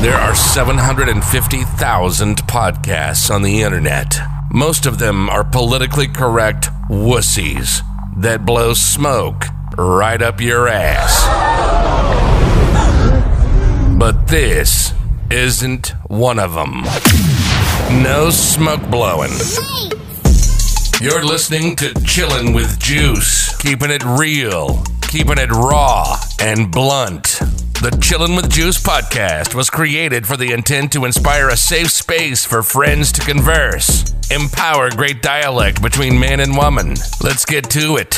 There are 750,000 podcasts on the internet. Most of them are politically correct wussies that blow smoke right up your ass. But this isn't one of them. No smoke blowing. You're listening to Chillin' with Juice, keeping it real, keeping it raw and blunt. The Chillin' with Juice podcast was created for the intent to inspire a safe space for friends to converse, empower great dialect between man and woman. Let's get to it.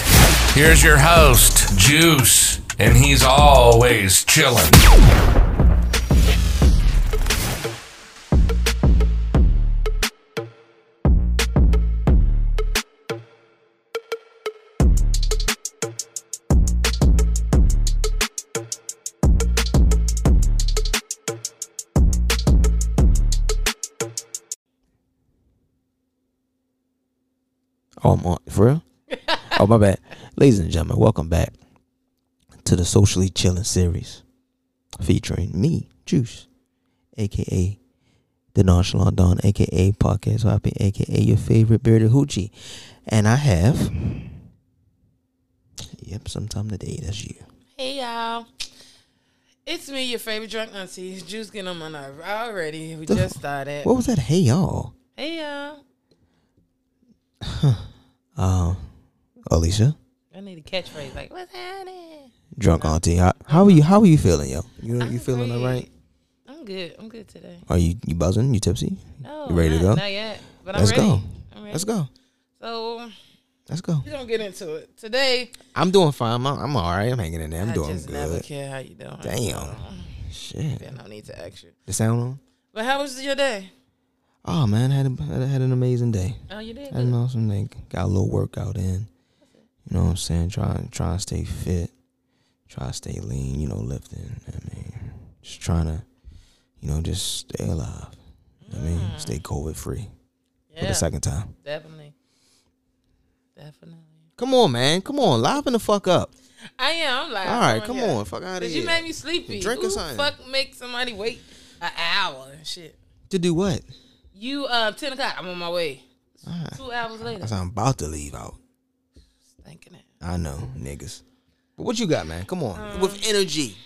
Here's your host, Juice, and he's always chillin'. Oh my, for real? oh my bad, ladies and gentlemen, welcome back to the socially chilling series featuring me, Juice, aka the nonchalant Don, aka podcast hopping, aka your favorite bearded hoochie, and I have. Yep, sometime today. That's you. Hey y'all. It's me, your favorite drunk auntie. Juice getting on my nerve already. We just started. What was that? Hey y'all, Hey y'all. um, Alicia, I need a catchphrase like "What's happening?" drunk auntie. How, how are you? How are you feeling, yo? You you I'm feeling great. all right? I'm good. I'm good today. Are you you buzzing? You tipsy? No, you ready to not, go? Not yet, but Let's I'm ready. go. I'm ready. Let's go. So Let's go. we're gonna get into it today. I'm doing fine. I'm, I'm all right. I'm hanging in there. I'm I doing just never good. care how you doing. Damn. Yeah, Shit. no need to ask you. The sound on? But how was your day? Oh man, had a, had, a, had an amazing day. Oh, you did. Had an awesome day. Got a little workout in. You know what I'm saying? Try try to stay fit. Try to stay lean. You know, lifting. I mean, just trying to, you know, just stay alive. I mean, stay COVID free for Mm. Yeah. the second time. Definitely. Definitely. Come on, man. Come on, liven the fuck up. I am. I'm like, All I'm right, come here. on, fuck out of Cause here. you made me sleepy. Drink or Who something. Fuck, make somebody wait an hour and shit. to do what? You uh ten o'clock. I'm on my way. Two hours later. I said I'm about to leave out. Thinking it I know, niggas. But what you got, man? Come on, Um, with energy.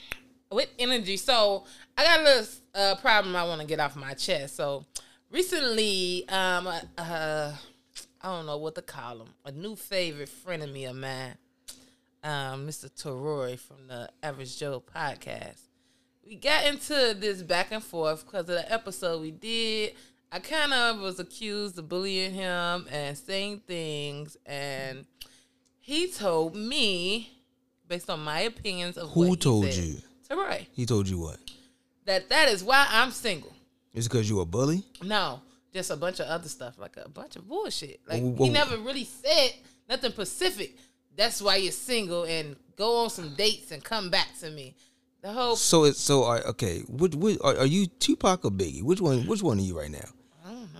with energy. So I got a little uh, problem I want to get off my chest. So recently, um, uh, uh, I don't know what to call him. A new favorite frenemy of mine, um, Mr. Torori from the Average Joe podcast. We got into this back and forth because of the episode we did. I kind of was accused of bullying him and saying things, and he told me, based on my opinions of what Who he told said, you? Toroi. He told you what? that that is why I'm single. It's because you a bully. No, just a bunch of other stuff, like a bunch of bullshit. Like Whoa, whoa. he never really said nothing specific. That's why you're single and go on some dates and come back to me. The whole So it's so uh, okay. What, what are, are you Tupac or Biggie? Which one? Which one are you right now?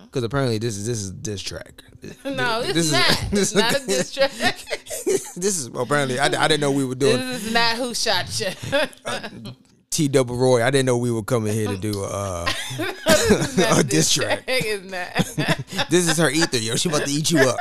Because apparently this is this is diss track. no, it's this is- not. this is- it's not a diss track. this is apparently I, I didn't know we were doing this is not who shot you. T Double Roy. I didn't know we were coming here to do uh, a diss track. it's not. This is her ether, yo. She about to eat you up.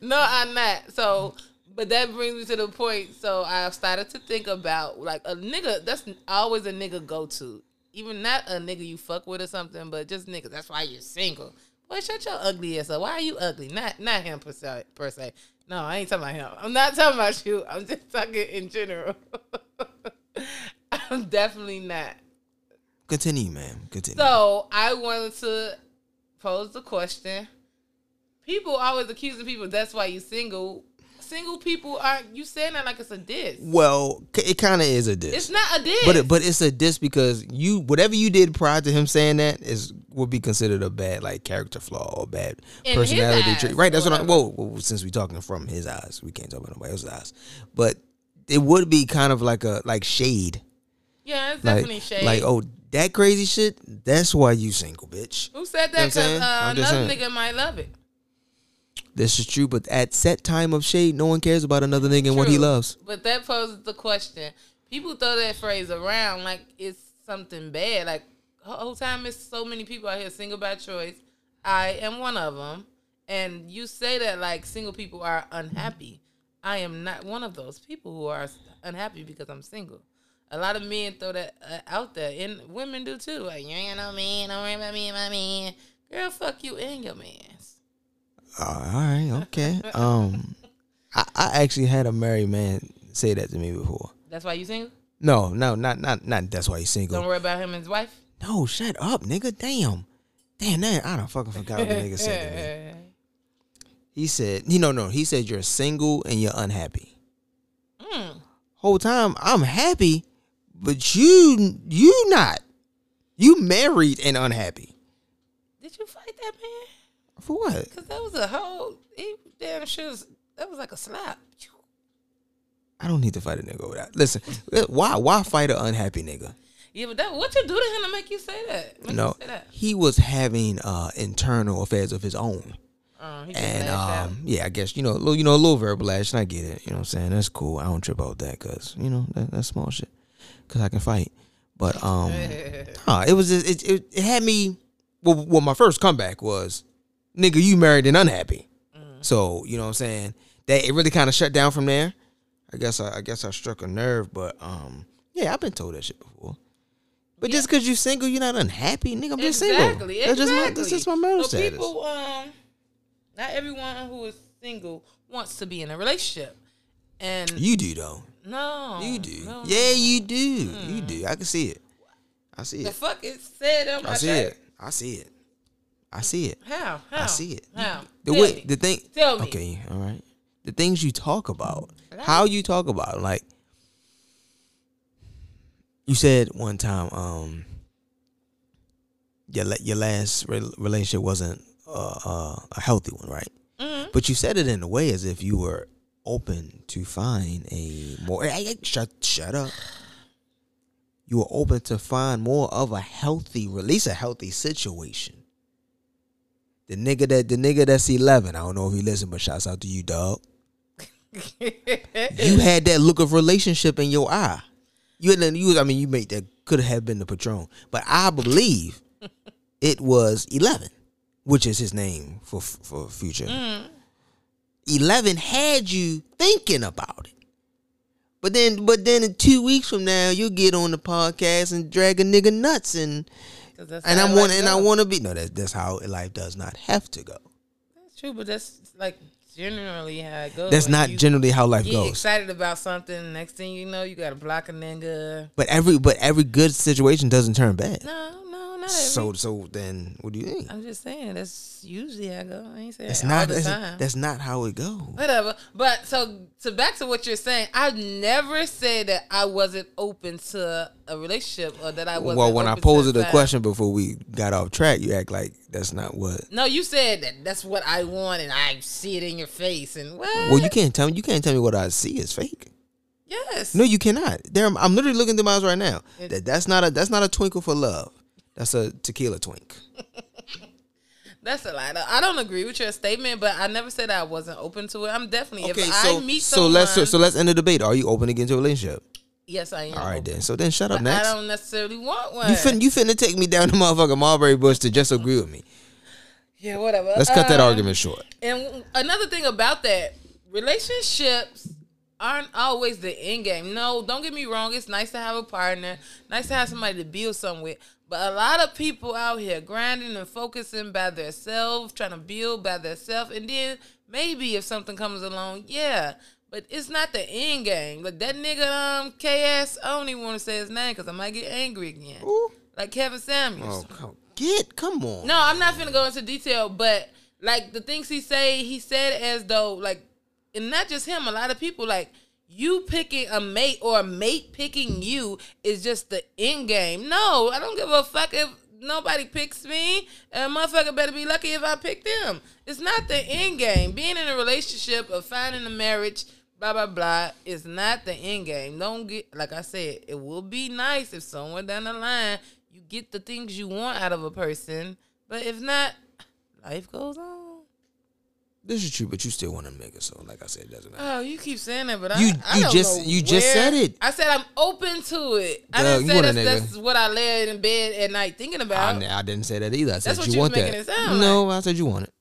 No, I'm not. So, but that brings me to the point. So I started to think about like a nigga. That's always a nigga go to. Even not a nigga you fuck with or something, but just niggas. That's why you're single. Boy, shut your ugly ass up. Why are you ugly? Not not him per se. Per se. No, I ain't talking about him. I'm not talking about you. I'm just talking in general. I'm definitely not. Continue, man. Continue. So I wanted to pose the question. People always accusing people that's why you single. Single people are you saying that like it's a diss. well, c- it kind of is a diss. It's not a diss. But it, but it's a diss because you whatever you did prior to him saying that is would be considered a bad like character flaw or bad In his personality eyes, trait. Right. That's what I'm. whatever. Whoa, whoa. Since we talking from his eyes, we can't talk about nobody else's eyes. But it would be kind of like a like shade. yeah, it's Like definitely shade. like oh that crazy shit. That's why you single, bitch. who know what I'm said that? Because saying? uh, I'm just another saying. nigga might love it. This is true. But at set time of shade, no one cares about another nigga and what he True. loves. But that poses the question. People throw that phrase around like it's something bad. Like the whole time it's so many people out here single by choice. I am one of them. And you say that like single people are unhappy. I am not one of those people who are unhappy because I'm single. A lot of men throw that uh, out there, and women do too. Like, you ain't got no man, don't worry about me and my man. Girl, fuck you and your man's. all right, okay. Um, I, I actually had a married man say that to me before. That's why you single? No, no, not not not. That's why he's Don't single. worry about him and his wife? No, shut up, nigga. Damn, damn, that I don't fucking forgot what the nigga said to me. He said, "You know, no." He said, "You're single and you're unhappy." Hmm. Whole time I'm happy, but you you not. You married and unhappy Did you fight that man? for what? Because that was a whole, he damn sure, was- that was like a slap. I don't need to fight a nigga over that. Listen, why why fight an unhappy nigga? Yeah, but that, what you do to him to make you say that? Make No, you say that? he was having uh internal affairs of his own. Uh, he just And lashed out. um, yeah, I guess you know, a little, you know, a little verbal action. I get it. You know what I'm saying? That's cool. I don't trip out that because you know that, that's small shit. Because I can fight. But um, nah, it was just, it, it it had me. Well, well, my first comeback was, nigga, you married and unhappy. Mm. So you know what I'm saying? That it really kind of shut down from there. I guess I, I guess I struck a nerve, but um, yeah, I've been told that shit before. But just because you single, you're not unhappy, nigga. I'm just single. Exactly. That's just my exactly. that's just my marriage so status. People, um, not everyone who is single wants to be in a relationship, and you do though. no, You do. Uh, no, Hmm. yeah, you do. You do. I can see it. I see The it. fuck is said on my I see shirt? it. I see it. I see it. How? How? I see it. How? The Tell way me. the thing Tell me. Okay, all right. The things you talk about. How you talk about it, like you said one time um your la- your last re- relationship wasn't uh, uh, a healthy one, right? Mm-hmm. But you said it in a way as if you were open to find a more. Hey, hey, shut shut up. You were open to find more of a healthy, release a healthy situation. The nigga that the nigga that's eleven. I don't know if he listen, but shouts out to you, dog. you had that look of relationship in your eye. You had you. I mean, you made that could have been the patron, but I believe it was eleven, which is his name for for future. Eleven had you thinking about it, but then but then in two weeks from now you get on the podcast and drag a nigga nuts and 'Cause that's and how I life want and I goes. want to be no that's that's how life does not have to go. That's true, but that's like generally how it goes. That's When not you generally how life Get goes. excited about something. Next thing you know, you got to block a nigga. But every but every good situation doesn't turn bad. No, no, not every. So so then what do you think? I'm just saying that's usually how I go. I ain't saying That's all not the that's, time. that's not how it goes. whatever. But so so back to what you're saying, I never said that I wasn't open to a relationship or that I wasn't. Well, when I open to posed the that. question before we got off track, you act like that's not what. no, you said that that's what I want, and I see it in your face, and what? Well, you can't tell me. You can't tell me what I see is fake. yes, No, you cannot. There, I'm, I'm literally looking through my eyes right now. That that's not a that's not a twinkle for love. That's a tequila twink. that's a lie. I don't agree with your statement, but I never said I wasn't open to it. I'm definitely. Okay, if so I meet so let's so, someone- so let's end the debate. Are you open to get into a relationship? yes, I am. All right open. then. So then shut up. But Next. I don't necessarily want one. You finna you finna take me down to motherfucking Mulberry Bush to just agree with me. yeah, whatever. Let's cut that Um, argument short. And another thing about that, relationships aren't always the end game. No, don't get me wrong. It's nice to have a partner, nice to have somebody to build something with. But a lot of people out here grinding and focusing by themselves, trying to build by themselves, and then maybe if something comes along, yeah. But it's not the end game. Like that nigga, um, KS, I don't even want to say his name because I might get angry again. Who? Like Kevin Samuels. Oh, come get come on. No, I'm not gonna go into detail, but like the things he say, he said as though like, and not just him, a lot of people like you picking a mate or a mate picking you is just the end game. No, I don't give a fuck if nobody picks me, and motherfucker better be lucky if I pick them. It's not the end game. Being in a relationship or finding a marriage. Blah blah blah is not the end game. Don't get like I said. It will be nice if somewhere down the line you get the things you want out of a person, but if not, life goes on. This is true, but you still want a nigga. So, like I said, it doesn't matter. Oh, you keep saying that, but I, You- I you don't just- know you just where- said it. I said I'm open to it. I Dog, didn't you say want a that's, nigga. that's what I lay in bed at night thinking I, about. n- I didn't say that either. I said Uh, That's what you, you was want making that. it sound no, I said you want it.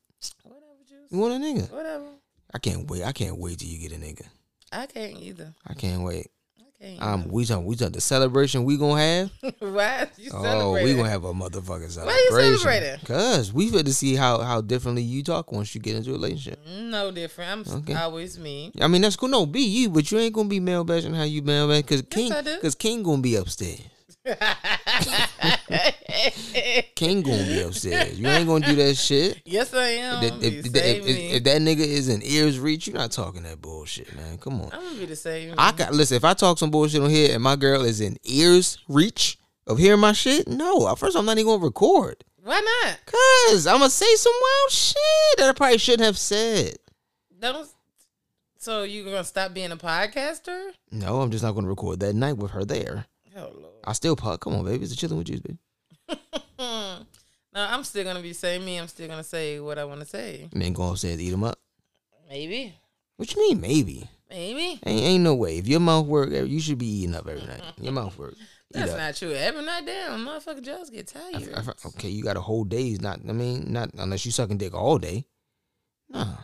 Whatever, juice. You want a nigga. Whatever. I can't wait. I can't wait till you get a nigga. I can't either. I can't wait. I can't. Um, we talking. We talking. The celebration we gonna have. Why you Oh, we celebrating? gonna have a motherfucking celebration. you celebrating? Cause we fit to see how how differently you talk once you get into a relationship. no different. I'm s- Okay. always me. I mean that's cool. No, be you, but you ain't gonna be male bashing how you male bashing. Cause King, I do. cause King gonna be upstairs. King gonna be upstairs. You ain't gonna do that shit. yes, I am. I'm That- gonna if, be if- the same if- me. if that nigga is in ears reach, you're not talking that bullshit, man. Come on. I'm gonna be the same. I got listen. If I talk some bullshit on here and my girl is in ears reach of hearing my shit, no. At first, I'm not even gonna record. Why not? Cause I'm gonna say some wild shit that I probably shouldn't have said. Don't. So you gonna stop being a podcaster? No, I'm just not gonna record that night with her there. Oh lord. I still pop. Come on, baby. It's a chilling with you, baby. Hmm. No, I'm still gonna be saying me. I'm still gonna say what I want to say. And then go upstairs, eat them up. Maybe, What you mean, maybe? maybe Ain't, ain't no way. If your mouth work, eh, you should be eating up every night. Your mouth work. Eat that's up. not true. Every night down, motherfucking jaws get tired. I- I- okay, you got a whole day's not. I mean, not unless you sucking dick all day. Nah.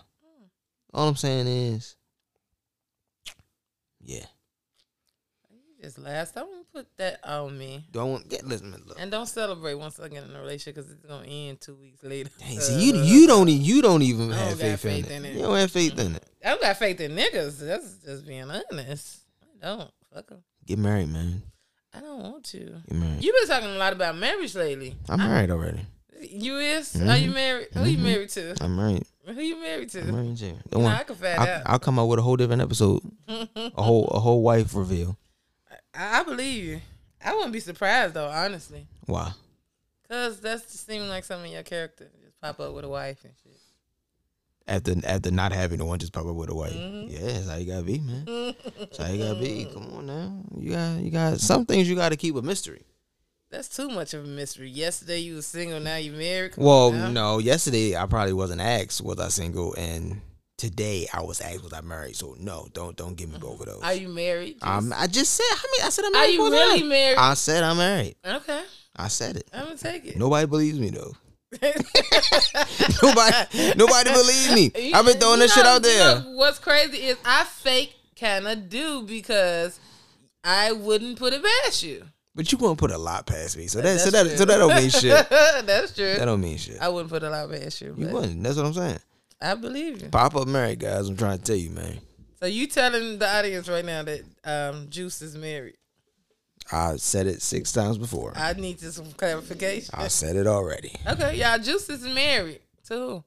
All I'm saying is, yeah. You Just last, don't put that on me, Do I want? Yeah, listen, man, look. and don't celebrate once I get in a relationship because it's gonna end two weeks later. Uh, Dang, see, you you don't e- you don't even I don't have got faith, faith in in it. it. You don't have faith in it. I don't got faith in niggas. That's just being honest. I don't. Fuck 'em. Get married, man. I don't want to. Get married. You've been talking a lot about marriage lately. I'm married already. You is? Are you married? Who you married to? I'm married. Who you married to? Mm-hmm. I'm married too. Don't No, worry. I can find I, out. I'll come out with a whole different episode. a whole a whole wife reveal. I, I believe you. I wouldn't be surprised though, honestly, Why? because that's just seeming like some of your character. Just pop up with a wife and shit. After after not having the one just pop up with a wife. Mm-hmm. Yeah, that's how you gotta be, man. that's how you gotta be. Come on now. You got you got some things you gotta keep a mystery. That's too much of a mystery. Yesterday you was single, now you married. Come Well, on now. no, yesterday I probably wasn't asked was I single and today I was asked was I married. So no, don't don't give me both of those. Are you married? I'm, I just said I mean I said I'm Are married. you four really times. married? I said I'm married. okay, I said it. I'm gonna take it. Nobody believes me though. nobody nobody believes me. I've been throwing You this shit know- out there. you know what's crazy is I fake kind of do because I wouldn't put it past you. But you gonna put a lot past me. So that so That's that so that don't mean shit. that's true. That don't mean shit. I wouldn't put a lot past you. You but wouldn't. That's what I'm saying. I believe you. Pop up married, guys. I'm trying to tell you, man. So you telling the audience right now that um, Juice is married? I said it six times before. I need just some clarification. I said it already. Okay, y'all, Juice is married too.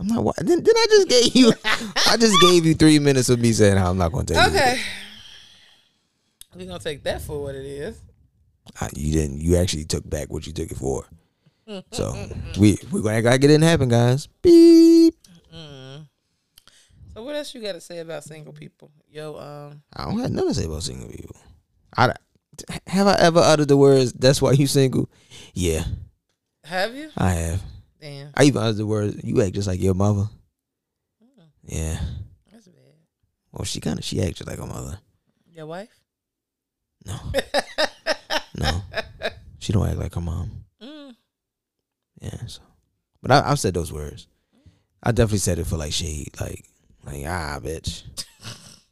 I'm not. wa- Then, then I just gave you. I just gave you three minutes of me saying how I'm not gonna tell you. Okay, we gonna take that for what it is. I, you didn't. You actually took back what you took it for. So we we gonna gotta get it happen, guys. Beep. So what else you got to say about single people? Yo, um, I don't have nothing to say about single people. I have I ever uttered the words. That's why you single. Yeah, have you? I have. Damn, I even uttered the words, "You act just like your mother." Yeah. that's bad. Well, she kind of she acted like her mother. Your wife? No. no. She don't act like her mom. Mm. Yeah. So, but I, I've said those words. I definitely said it for like shade, like like ah, bitch.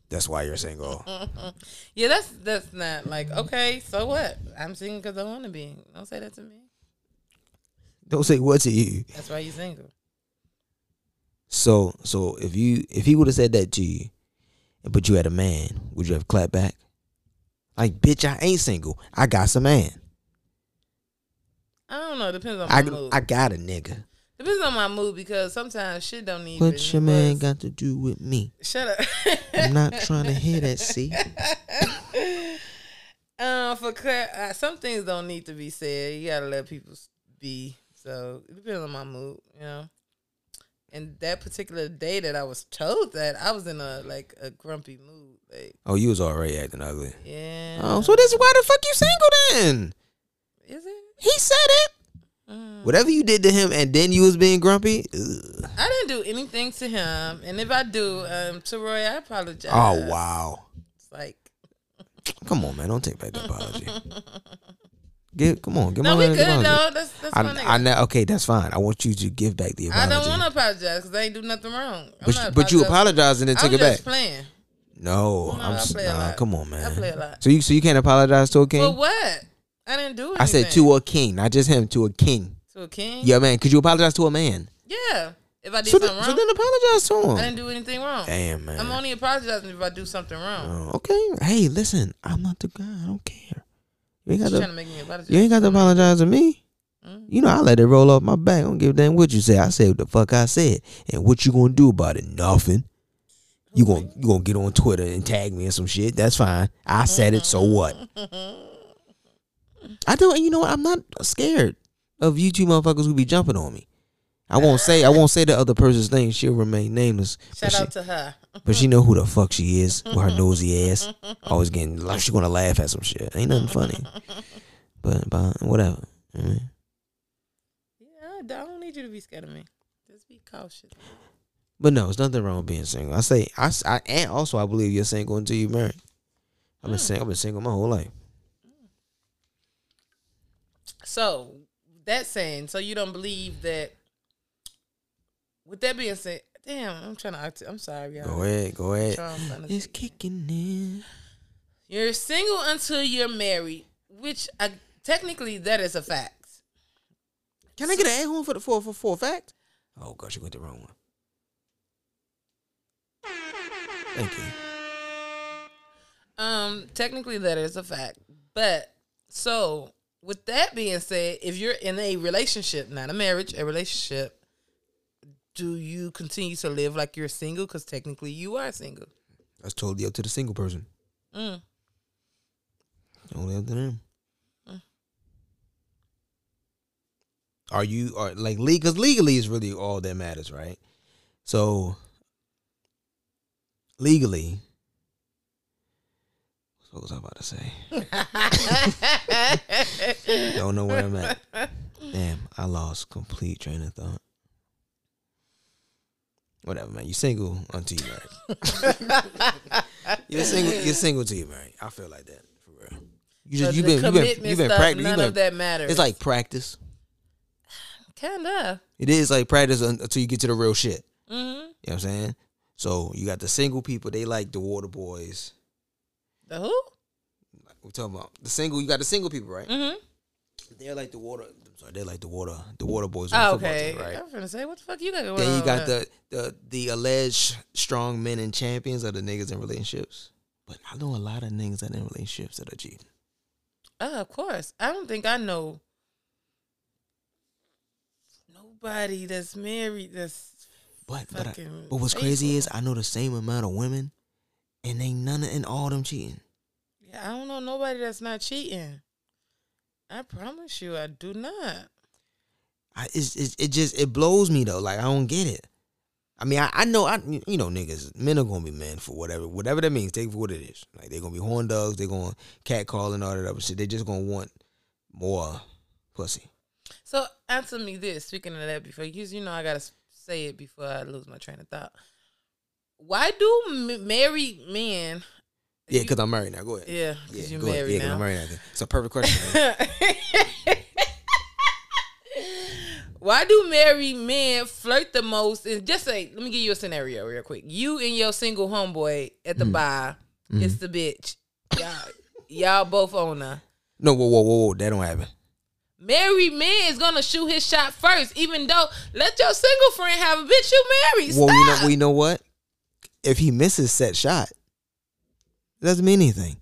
That's why you're single. Yeah, that's that's not like okay. So what? I'm single because I want to be. Don't say that to me. Don't say what to you. That's why you single. So so if you if he would have said that to you, but you had a man, would you have clapped back? Like bitch, I ain't single. I got some man. I don't know. Depends on my I mood. I got a nigga. Depends on my mood because sometimes shit don't need. What your man got to do with me? Shut up. I'm not trying to hear that. See. um, for clear, uh, some things don't need to be said. You gotta let people s- be. So it depends on my mood, you know. And that particular day that I was told that, I was in a like a grumpy mood. Like, Oh, you was already acting ugly. yeah, Oh, so this is why the fuck you single then? is it? He said it. Mm. Whatever you did to him, and then you was being grumpy. Ugh. I didn't do anything to him, and if I do, um, to Roy, I apologize. Oh wow! It's like, Come on, man, don't take back the apology. Give, come on, give no, my we man good an apology. though. That's that's my I, I nigga. know. Okay, that's fine. I want you to give back the I, apology. don't want to apologize because I ain't do nothing wrong. I'm But, not you- but you apologizing. apologized and then took I'm it back. just playing. No, No, I'm I s- play a nah, lot. come on, man. play a lot. So you so you can't apologize to a king? For what? I didn't do anything. I said to a king, not just him, to a king. to a king. Yeah, man. Could you apologize to a man? Yeah. If I did So, th- something wrong, so then apologize to him. I didn't do anything wrong. Damn, man. I'm only apologizing if I do something wrong. Oh, okay. Hey, listen. I'm not the guy. I don't care. You ain't got She's trying to. to make me apologize. You ain't got to apologize to me. Mm. You know, I let it roll off my back. I don't give a damn what you say. I said what the fuck I said, and what you gonna do about it? Nothing. You gonna you gonna get on Twitter and tag me and some shit. That's fine. I said it. So what? I don't. You know what? I'm not scared of you two motherfuckers who be jumping on me. I won't say I won't say the other person's name. She'll remain nameless. but Shout she- out to her. but she know who the fuck she is with her nosy ass. Always getting like she gonna laugh at some shit. Ain't nothing funny. But but whatever. I mean, Yeah, I don't need you to be scared of me. Just be cautious. But no, it's nothing wrong with being single. I say I, s- I- and also I believe you're single until you marry. I've been single. I've been single my whole life. So that saying, so you don't believe that. With that being said, damn, I'm trying to. act- I'm sorry, y'all. Go ahead. Go ahead. Sure, I'm trying to- It's kicking in. You're single until you're married, which I, technically that is a fact. Can I get an a home for the four for four fact? Oh gosh, you went the wrong one. Thank you. Um, technically that is a fact. But so with that being said, if you're in a relationship, not a marriage, a relationship, do you continue to live like you're single? Because technically you are single. That's totally up to the single person. Mm. Only up to them. Are you are like legal? Because legally is really all that matters, right? So legally, what was I about to say? Don't know where I'm at. Damn, I lost complete train of thought. Whatever, man. You single until you married. you're single. You're single till you married. I feel like that for real. You just So you've the been you've been you've commitment been stuff, practicing. None of that matters. It's like practice. kind of. It is like practice un- until you get to the real shit. hmm You know what I'm saying? So you got the single people. They like the water boys. The who? We're talking about the single. You got the single people, right? Mm-hmm. They're like the water. I'm sorry. They're like the water. The water boys. on the Oh, football okay. team, right? I'm gonna say what the fuck you got going on. Then you got with the, the the alleged strong men and champions are the niggas in relationships. But I know a lot of niggas that in relationships that are cheating. Oh, of course. I don't think I know nobody that's married that's But but, I, Fucking but what's crazy faithful. is I know the same amount of women, and ain't none of- and all them cheating. yeah, I don't know nobody that's not cheating. I promise you I do not. I it's, it's, it just it blows me though. Like I don't get it. I mean I, I know I you know niggas men are gonna be men for whatever whatever that means. Take it for what it is. Like they're gonna be horn dogs. They're gonna cat call and all that other shit. They just gonna want more pussy. So answer me this, speaking of that before you you know I gotta s- say it before I lose my train of thought. Why do m- married men Yeah, because I'm married now. Go ahead. Yeah, because you're go ahead. married Yeah, 'cause now. I'm married now. It's a perfect question. man. Why do married men flirt the most? And just say, let me give you a scenario real quick. You and your single homeboy at the bar, it's the bitch. Y'all, y'all both on her. no, whoa, whoa, whoa, whoa, that don't happen. Married man is gonna shoot his shot first, even though let your single friend have a bitch you married. Well, we know, Stop. we know what. If he misses set shot, it doesn't mean anything.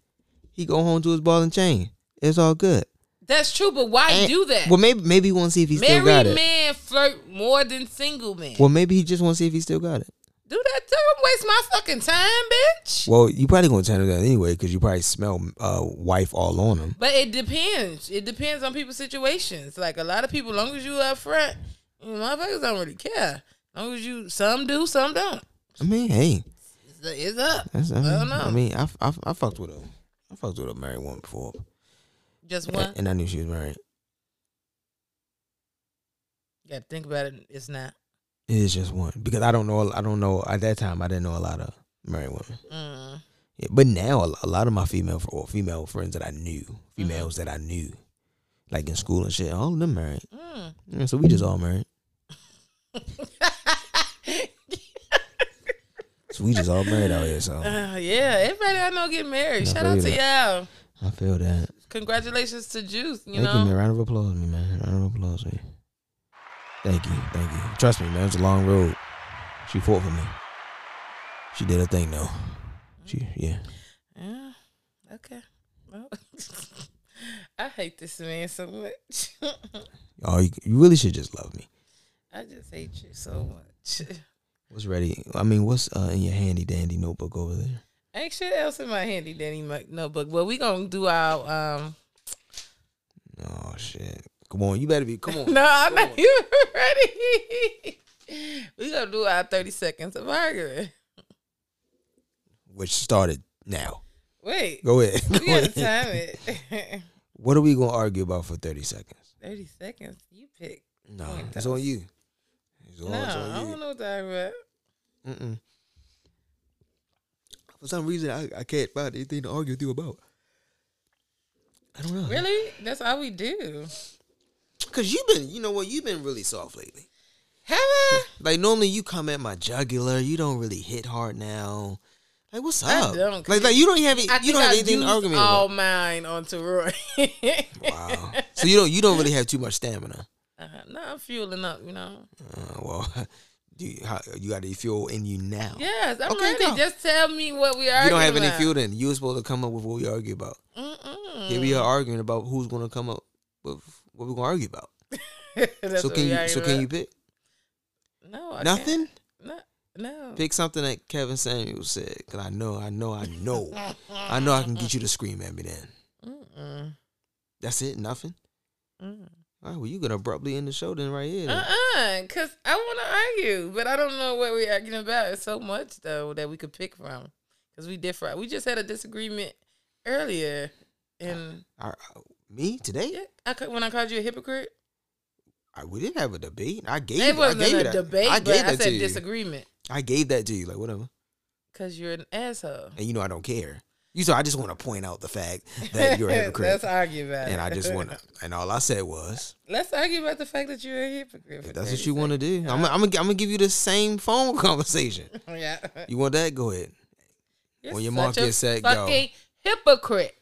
He go home to his ball and chain. It's all good. That's true, but why And- do that? Well, maybe maybe he want to see if he still got married it. men flirt more than single men. Well, maybe he just want to see if he still got it. do that to him. Waste my fucking time, bitch. Well, you probably gonna turn it down anyway because you probably smell uh, wife all on him. But it depends. It depends on people's situations. Like a lot of people, long as you up front, you know, motherfuckers don't really care. Long as you, some do, some don't. I mean, hey, It's, it's up. that's, I, mean, don't know. I mean, I, I, I fucked with a, I fucked with a married woman before, Just and, one. and I knew she was married. Got to think about it. It's not. It is just one because I don't know. I don't know at that time. I didn't know a lot of married women. Mm. Yeah, but now a, a lot of my female or female friends that I knew, females that I knew, like in school and shit, all of them married. Mm. Yeah, so we just all married. So we just all married out here. So Uh, yeah, everybody I know get married. Yeah, Shout out to believe y'all. I feel that. Congratulations to Juice. You Thank you, man. know, Round of applause, me man. Round of applause, man. Thank you, thank you. Trust me, man. It's a long road. She fought for me. She did her thing though. She yeah. yeah. Okay. Well, I hate this man so much. Oh, you, you really should just love me. I just hate you so much. What's ready? I mean, what's uh, in your handy dandy notebook over there? Ain't shit else in my handy dandy mu- notebook, but we gonna do our um. Oh shit! Come on, you better be. Come on. No, I'm not even ready. we gonna do our thirty seconds of arguing. Which started now. Wait, Go ahead. we Go gotta ahead. time it. What are we gonna argue about for thirty seconds? thirty seconds. You pick. No, it's Wait, that's- on you. It's all no, it's I on you. don't know what that about. Mm-mm. For some reason, I, I can't find anything to argue with you about. I don't know. Really? That's all we do. Because you've been, you know what, you've been really soft lately. Have I? Like, normally you come at my jugular. You don't really hit hard now. Like, what's I up? don't, 'cause like, like, you don't have, any- I you think don't have I anything to used argue with me all about. mine onto Roy. Wow. so you don't, you don't really have too much stamina. Uh, no, I'm fueling up, you know. Uh, well, do you, how, you got any fuel in you now. Yes, I'm Okay, ready. go. Just tell me what we are. You don't have any fuel in. You were supposed to come up with what we argue about. Yeah, Mm. we are arguing about who's going to come up with what we're going to argue about. so can you so can you pick No, I nothing? Can't. No, no. Pick something that Kevin Samuels said because I know I know I know I know I can get you to scream at me then. Mm-mm. That's it. Nothing. Mm. All right. Well, you gonna abruptly end the show then right here. then. Uh-uh, cause I want to argue, but I don't know what we're arguing about. It's so much though that we could pick from, cause we differ. We just had a disagreement earlier, and All right, me today? yeah, I ca- when I called you a hypocrite, I, we didn't have a debate. I gave it I wasn't gave a you that. debate, I but gave I that to said you. disagreement, I gave that to you. Like whatever. cause you're an asshole. And you know I don't care. You so I just want to point out the fact that you're a hypocrite. Let's argue about and it. I just want to. And all I said was. Let's argue about the fact that you're a hypocrite. for If that's 30 what you want to do, I'm I'm gonna I'm gonna give you the same phone conversation. seconds. Yeah. You want that? Go ahead. You're on your such mark, a get set, go. fucking hypocrite.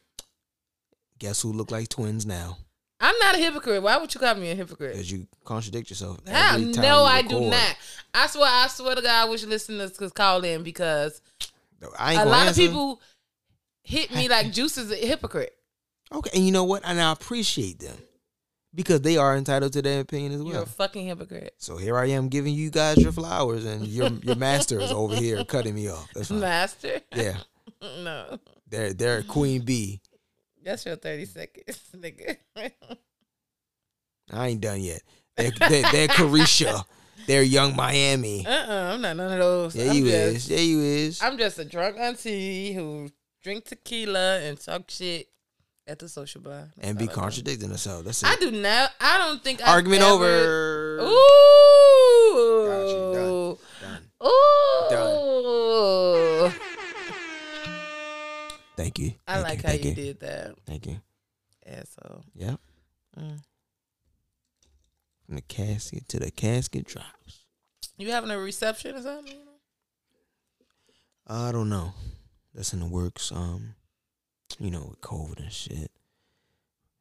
Guess who look like twins now? I'm not a hypocrite. Why would you call me a hypocrite? Because you contradict yourself. How? every time No, you I do record. not. I swear, I swear to God, I wish listeners could call in because No, I ain't a gonna lot answer. of people hit me like Juice is a hypocrite. Okay, and you know what? And I appreciate them because they are entitled to their opinion as You're a well. fucking hypocrite. So here I am giving you guys your flowers, and your your master is over here cutting me off. That's fine. Master? Yeah, no. they're they're queen bee. That's your 30 seconds, nigga. Uh-uh, I ain't done yet. They're they're, they're Carisha. They're young Miami. Uh-uh, I'm not none of those. Yeah, I'm you just- is. Yeah, you is. I'm just a drunk auntie who drink tequila and talk shit at the social bar. That's and be all I do. contradicting herself. That's it. I do not. I don't think I've Argument ever- over. Ooh. Got Done. Ooh. Thank you. I Thank like you. how Thank you did that, Thank you. asshole. Yeah. Mm. From the casket to the casket drops. You having a reception or something? I don't know. That's in the works. Um, you know, with COVID and shit.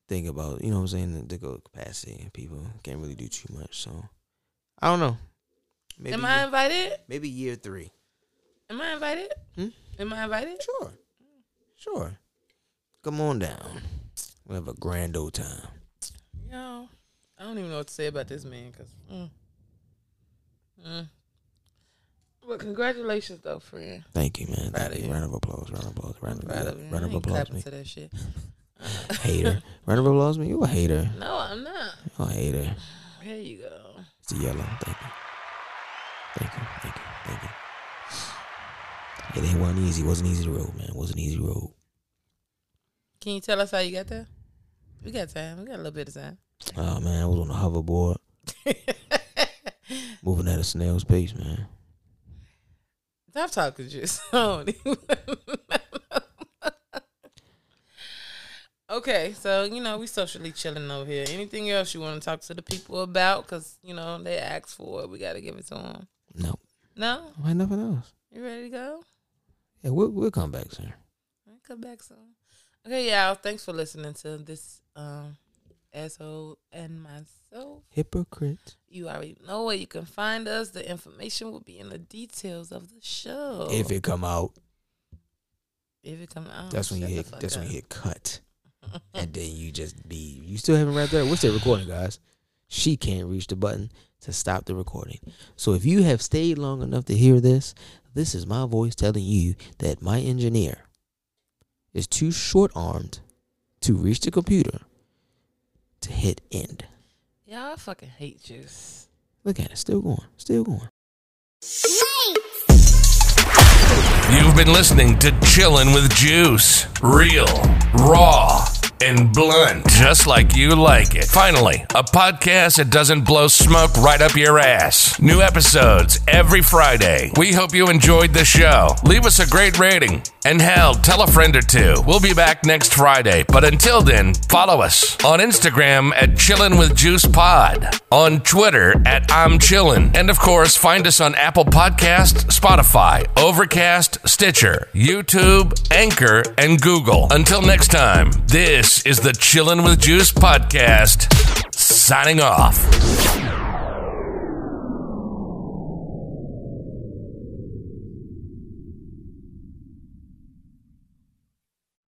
Think about you know what I'm saying the, the capacity and people can't really do too much. So I don't know. Maybe Am year, I invited? maybe year three. Am I invited? Hmm? Am I invited? Sure. Sure. Come on down. We'll have a grand old time. No, I don't even know what to say about this man. Cause, mm. Mm. but congratulations though, friend. Thank you, man. Proud of Thank you. you. Round of applause. Round of applause. Round of, Proud round of of, you. round of I ain't applause. clapping Man. to that shit. Hater. round of applause, man. You a hater. No, I'm not. You a hater. Here you go. It's a yellow. Thank you. Thank you. Thank you. Thank you. It ain't wasn't easy. wasn't easy road, man. wasn't easy road. Can you tell us how you got there? We got time. We got a little bit of time. Oh man, I was on a hoverboard. Moving at a snail's pace, man. Stop talking, just. I don't even- okay, so you know we socially chilling over here. Anything else you want to talk to the people about? Because you know they asked for it. We got to give it to them. No, No, I ain't nothing else. you ready to go? Yeah, we'll, we'll come back soon. I'll come back soon. Okay, y'all. Thanks for listening to this um asshole and myself. Hypocrite. You already know where you can find us. The information will be in the details of the show. If it come out, if it come out, that's when you Mm-hmm. shut the hit. fuck That's when up. you hit cut, and then you just be. You still haven't wrapped that. up? We're still recording, guys. She can't reach the button to stop the recording. So if you have stayed long enough to hear this, this is my voice telling you that my engineer is too short armed to reach the computer to hit end. Y'all I fucking hate juice. Look at it, still going, still going. You've been listening to Chillin' with Juice. Real, raw, and blunt, just like you like it. Finally, a podcast that doesn't blow smoke right up your ass. New episodes every Friday. We hope you enjoyed the show. Leave us a great rating. And hell, tell a friend or two. We'll be back next Friday. But until then, follow us on Instagram at Chillin' with Juice Pod, on Twitter at I'm Chillin', and of course, find us on Apple Podcasts, Spotify, Overcast, Stitcher, YouTube, Anchor, and Google. Until next time, this is the Chillin' with Juice Podcast, signing off.